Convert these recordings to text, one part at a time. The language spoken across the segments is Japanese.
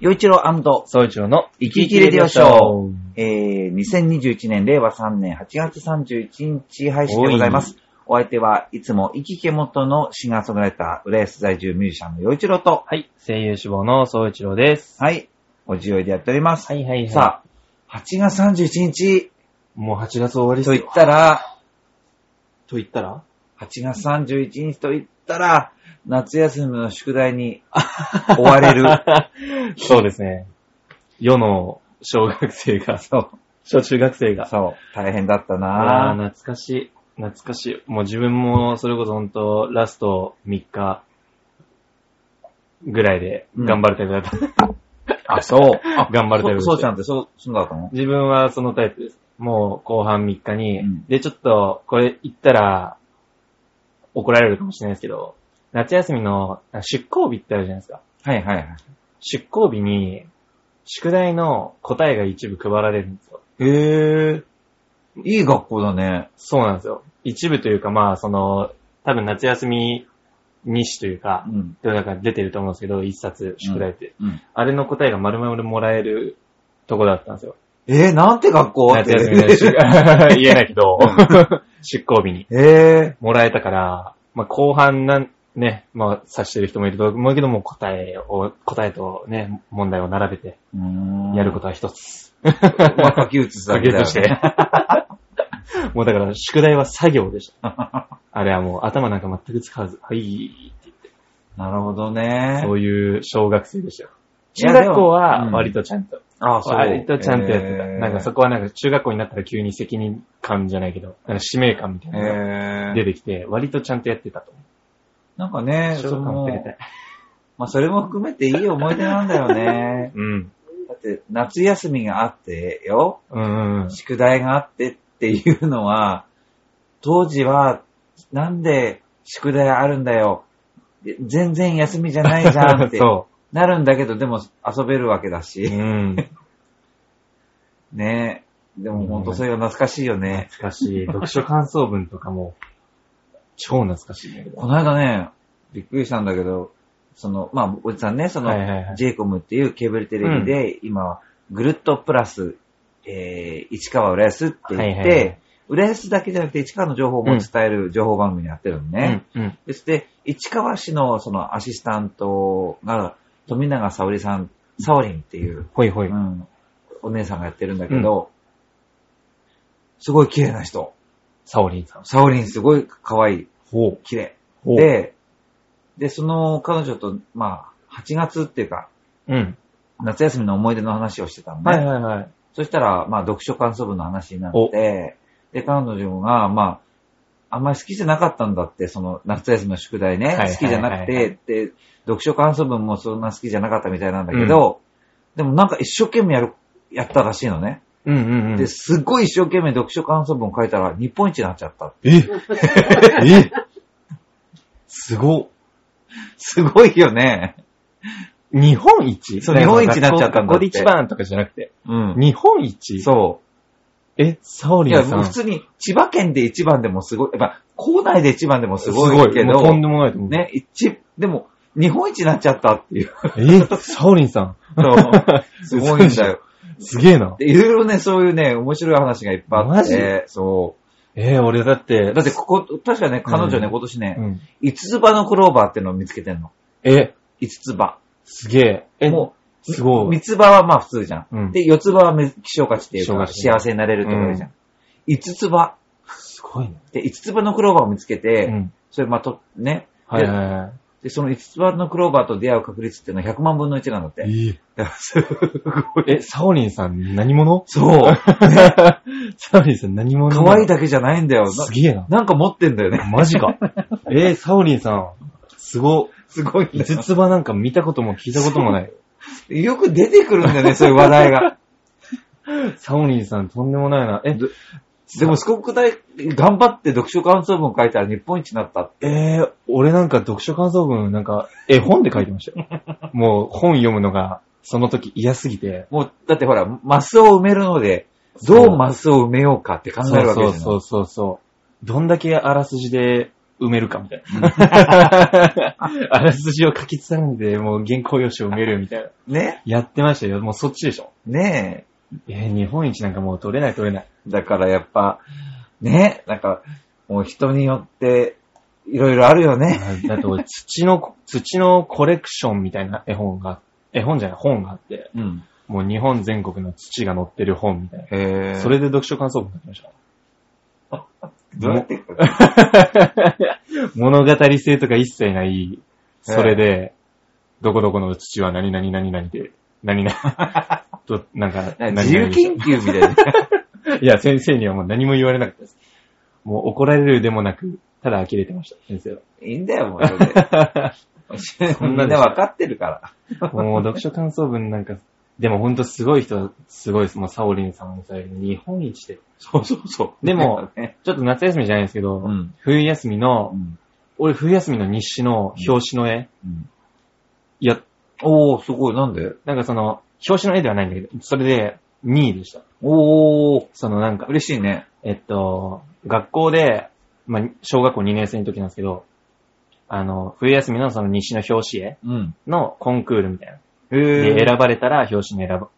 洋一郎総一郎の生き生きレディオショー。えー、2021年令和3年8月31日配信でございます。お相手はいつも生きけ元のシンガーソングライター、浦安在住ミュージシャンの洋一郎と、はい、声優志望の総一郎です。はい、おじおいでやっております。いはいさあ、さあ、8月31日もう8月終わりとで言すよっ。たら、と言ったら8月31日と言ったら、夏休みの宿題に追われ る。そうですね。世の小学生が、そう、小中学生が。そう、大変だったああ、なぁ。懐かしい。懐かしい。もう自分もそれこそ本当ラスト3日ぐらいで頑張るタイプだった。 あ、そう。あ頑張るタイプですそうそうちゃんってそう、そうだったの自分はそのタイプです。もう後半3日に、うんで、ちょっと、これ言ったら、怒られるかもしれないですけど、夏休みのあ出校日ってあるじゃないですか。はいはいはい。出校日に、宿題の答えが一部配られるんですよ。へえ。いい学校だね。そうなんですよ。一部というか、まあ、その、多分夏休み日誌というかう、ん。だから出てると思うんですけど、一冊、宿題って。うん。あれの答えが丸々もらえるとこだったんですよ。えー、なんて学校夏休みの宿 言えない けど、出校日に。えもらえたから、まあ、後半なん、ね、まあ、察してる人もいると思うけども、答えを、答えとね、問題を並べて、ー、うーん。やる こととは一つ。まあ、書き写すだ書けきだよ、ね。として。もうだから、宿題は作業でした。あれはもう、頭なんか全く使わず、はい、って言って。なるほどね。そういう小学生でしたよ。いや中学校は割とちゃんと、あ、そう。割とちゃんとやってた。えーなんかそこはなんか中学校になったら急に責任感じゃないけど、なんか使命感みたいなのえがー、出てきて、割とちゃんとやってたと思う。なんかね、小そ学の校の時だ、。まあ、それも含めていい思い出なんだよね うん。だって、夏休みがあってよ、うんうん。宿題があってっていうのは、当時は、なんで宿題あるんだよ。全然休みじゃないじゃんって。 そなるんだけど、でも遊べるわけだう。し。ん。ねでもほんとそれが懐かしいよね。懐かしい。読書感想文とかも、超懐かしいんだけど。この間ね、びっくりしたんだけど、その、まあ、おじさんね、その、はいはいはい JCOM っていうケーブルテレビで、今は、ぐるっとプラス、えー、市川浦安って言って、はいはいはい浦安だけじゃなくて市川の情報も伝える情報番組やってるのね。うん。うん。そして、市川市のそのアシスタントが、富永沙織さん、沙織んっていう、ほいほい。うん、お姉さんがやってるんだけど、すごい綺麗な人。サオリンさん。沙織んすごい可愛い、ほう。綺麗。ほう。、で、で、その彼女と、まあ、8月っていうか、うん。夏休みの思い出の話をしてたのね。はいはいはい。そしたら、まあ、読書感想文の話になって、で、彼女が、まあ、あんまり好きじゃなかったんだって、その夏休みの宿題ね、はいはいはいはい好きじゃなくて、で、読書感想文もそんな好きじゃなかったみたいなんだけど、でもなんか一生懸命やる、やったらしいのね。うんうんうん。で、すっごい一生懸命読書感想文を書いたら、日本一になっちゃった。ええすご。すごいよね。日本一そう日本一になっちゃったんだってここで一番とかじゃなくて。うん。日本一う。そえ、サオう。いリや、ンさ。もうん普通に千葉県で一番でもすごい、やっぱ、校内で一番でもすごいけもどう、とんでもないと思う。ね、一、でも、日本一になっちゃったっていう。え、サオリンさん。 すごいんだよ。すげえな。でいろいろね、そういうね、面白い話がいっぱいあっマて、そえー、俺だってう。、だって、ここ、確かね、彼女ね、うん今年うね、ん。五つ葉のクローバーってのを見つけてんの。え、五つ葉。すげえ。え、もう、すごいみ。三つ葉はまあ普通じゃうんん。で、四つ葉はめ希少価値っていう希少か、価値ね幸せになれるってことじゃん。五つ葉。すごいね。で、五つ葉のクローバーを見つけうて、ん。それまあと、ね。はいはいはい。で、その五つ葉のクローバーと出会う確率っていうのは100万分の1なんだって。えだからすごい え、サオリンさん何者そう。 サオリンさん何者可愛いだけじゃないんだよ。なすげえな。なんか持ってんだよね。マジ か。えー、サオリンさん、すご。すごいんだ五よ。つ葉なんか見たことも聞いたこともない。よく出てくるんだよね、そういう話題が。 サオリンさんとんでもないな。え、でも、すごく大、頑張って読書感想文書いたら日本一になった。えー、俺なんか読書感想文、なんか絵本で書いてました よ。もう本読むのが、その時嫌すぎて。もう、だってほら、マスを埋めるので、どうマスを埋めようかって考えるわけじゃない。そうそうそうそう。どんだけあらすじで埋めるかみたいな。 あらすじを書き連ねて、もう原稿用紙を埋めるみたいな。ねやってましたよ。もうそっちでしょ。ねえー日本一なんかもう取れない取れない。え。だからやっぱ、ねえ、なんか、もう人によって、いろいろあるよね。あだと、土の、土のコレクションみたいな絵本が、絵本じゃない、本があって、うん。もう日本全国の土が載ってる本みたいな。へえ。それで読書感想文書きました。どうやって、 物語性とか一切ない、それで、どこどこの土は何々何々で、何々、と、なんか、何々自由研究みたいな。いや、先生にはもう何も言われなかったです。もう怒られるでもなく、ただ呆れてました、先生 は。いいんだよ、もうそれで。みんんなでなしょわかってるから。もう読書感想文なんか、でもほんとすごい人は、すごいです。もうサオリンさんもそうやけど日本一で。そうそうそうでも、ね、ちょっと夏休みじゃないですけど、うん冬休みの、うん俺冬休みの日誌の表紙の絵、うんいや、おー、すごい、なんでなんかその、表紙の絵ではないんだけど、それで2位でした。おー、そのなんか、嬉しいね。えっと、学校で、まあ、小学校2年生の時なんですけど、あの、冬休みのその日誌の表紙絵うん。のコンクールみたいな。へで、え。選ばれたら表紙に選ば、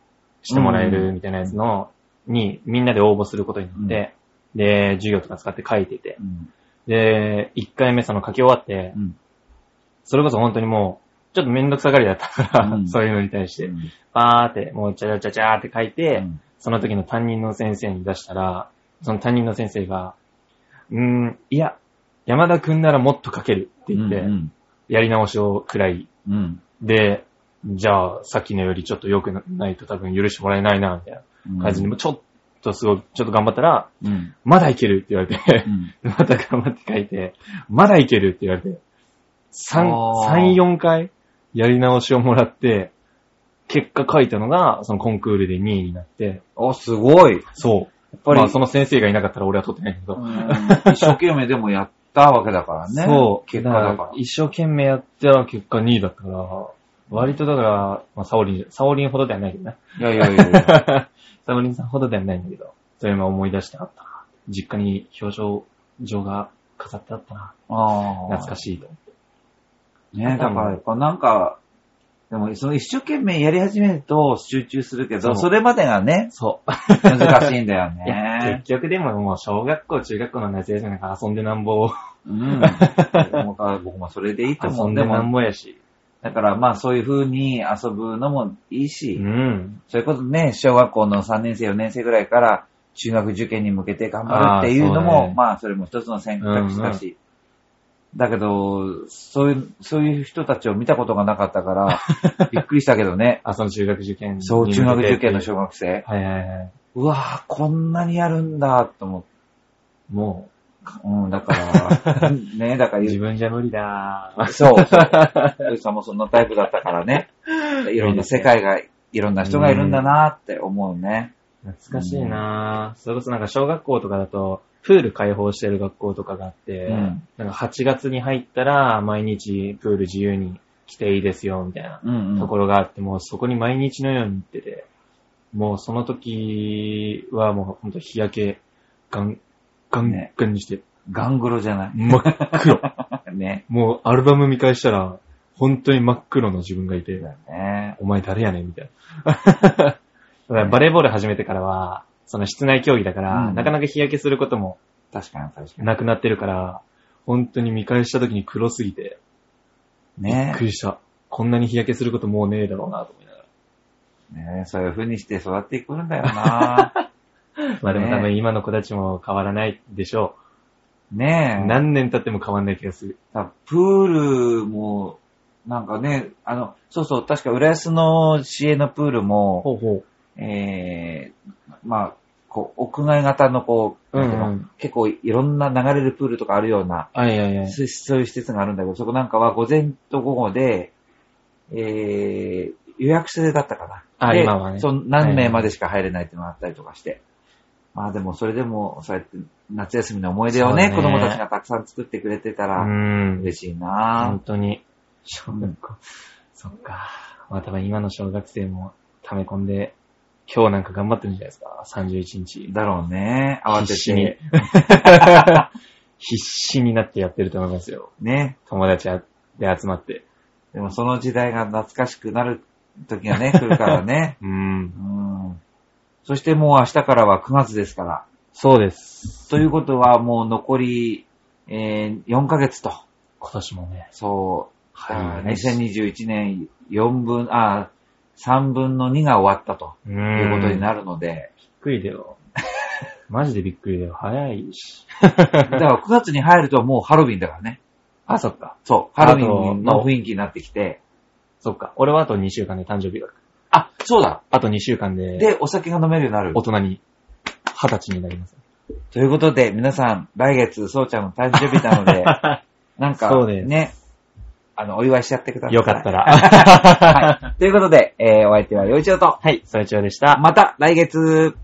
してもらえるみたいなやつの、に、みんなで応募することになって、で、授業とか使って書いてて、うんで、1回目その書き終わって、うんそれこそ本当にもう、ちょっとめんどくさがりだったから、うんそういうのに対しうて、んバーって、もうちゃちゃちゃちゃーって書いうて、んその時の担任の先生に出したら、その担任の先生が、うーん、いや、山田くんならもっと書けるって言って、うんやり直しをくらいうんで、じゃあ、さっきのよりちょっと良くないと多分許してもらえないな、みたいうんな感じに、ちょっとすごい、ちょっと頑張ったら、うんまだいけるって言われて う、んまた頑張って書いて、まだいけるって言われて、あー3、3、4回やり直しをもらって、結果書いたのが、そのコンクールで2位になって、あ、すごい。やそう。っぱり、まあ、その先生がいなかったら俺は取ってないんだけど、うん一生懸命でもやったわけだからね。そう。結果だだかからら。一生懸命やったら結果2位だったから、割とだから、まあ、サオリン、サオリンほどではないけどね。いやいやいやいや。サムリンさんほどではないんだけど、そういうのを思い出してあったな。実家に表彰状が飾ってあったな。ああ。 懐かしいと。ねだからやっぱなんか、でもその一生懸命やり始めると集中するけそど、うそれまでがね、そう。難しいんだよい や結ね。局でももう小学校、中学校の夏休みなんか遊んでなんぼ、うん。僕は僕もそれでいいと遊思う。んででなんも、ぼやし。だからまあそういう風に遊ぶのもいいうし、ん。それこそね、小学校の3年生、4年生ぐらいから中学受験に向けて頑張るっていうのあーそも、うねまあそれも一つの選択肢だし、だけど、そういう、そういう人たちを見たことがなかった から、びっくりしたけどね。あ、その中学受験に向けて。そう、中学受験の小学生。はいはいはい。うわぁ、こんなにやるんだ、と思って。もうん、だ から、ね、だかう、自ら、分じゃ無理だー。そう、そう。さんもそんなタイプだったからね。いろんな世界が、いろんな人がいるんだなって思うね。懐かしいなぁ。それこそなんか小学校とかだと、プール開放してる学校とかがあって、うんなんか8月に入ったら毎日プール自由に来ていいですよ、みたいなうん、うん。ところがあって、もうそこに毎日のように行ってて、もうその時はもうほんと日焼け、ガン、ガンねガンにして、ガングロじゃな真っ黒。い。ね。もうアルバム見返したら、本当に真っ黒の自分がいて、だね。お前誰やねんみたいな。だからバレーボール始めてからは、その室内競技だから、うんなかなか日焼けすることも確かに、確かなくなってるから、本当に見返した時に黒すぎて、に。びっねく。りした。こんなに日焼けすることもうねえだろうなと思いながねそういう風にして育っていくんだよ なら。まあでも多分今の子たちも変わらないでしょう。ねえ。何年経っても変わらない気がする。さプールも、なんかね、あの、そうそう、確か浦安の市営のプールも、ほうほう。えー、まあ、こう、屋外型のこう、うんうんなんていの結構いろんな流れるプールとかあるような、あ、いやいや。そうそういう施設があるんだけど、そこなんかは午前と午後で、えー、予約制だったかな。あで今はねその何名までしか入れないっていうのがあったりとかして。まあでもそれでも、そうやって夏休みの思い出をね、そ子うだね供たちがたくさん作ってくれてたうら、ん。嬉しい本な当に。ぁ。うんそっか。まあ多分今の小学生も溜め込んで、今日なんか頑張ってるんじゃないですか。31日。だろうね。慌て必死にて。。 必死になってやってると思いますよ。ね。友達で集まって。でもその時代が懐かしくなる時がね、来るからね。 う。うんん。そしてもう明日からは9月ですから。そうです。ということはもう残り、えー4ヶ月と。今年もね。そう。はいあー2021年4分、あー、3分の2が終わったとうん。いうことにる。なるので、びっくりだよ。 マジでびっくりだよ。早いし。だから9月に入るともうハロウィンだからね。あ、そっか。そう、ハあロとウィンの雰囲気になってきて、そっか。俺はあと2週間で誕生日が。あ、そうだ。あと2週間で、で、お酒が飲めるようになる大。人に、20歳にな ります。ということで、皆さん、来月、そうちゃんの誕生日なの で、なんかそう、ですね、あの、お祝いしちゃってください。よかったら。 ら。ということで、えー、お相手は、よいちょうと、はい、それちょうでした。また来月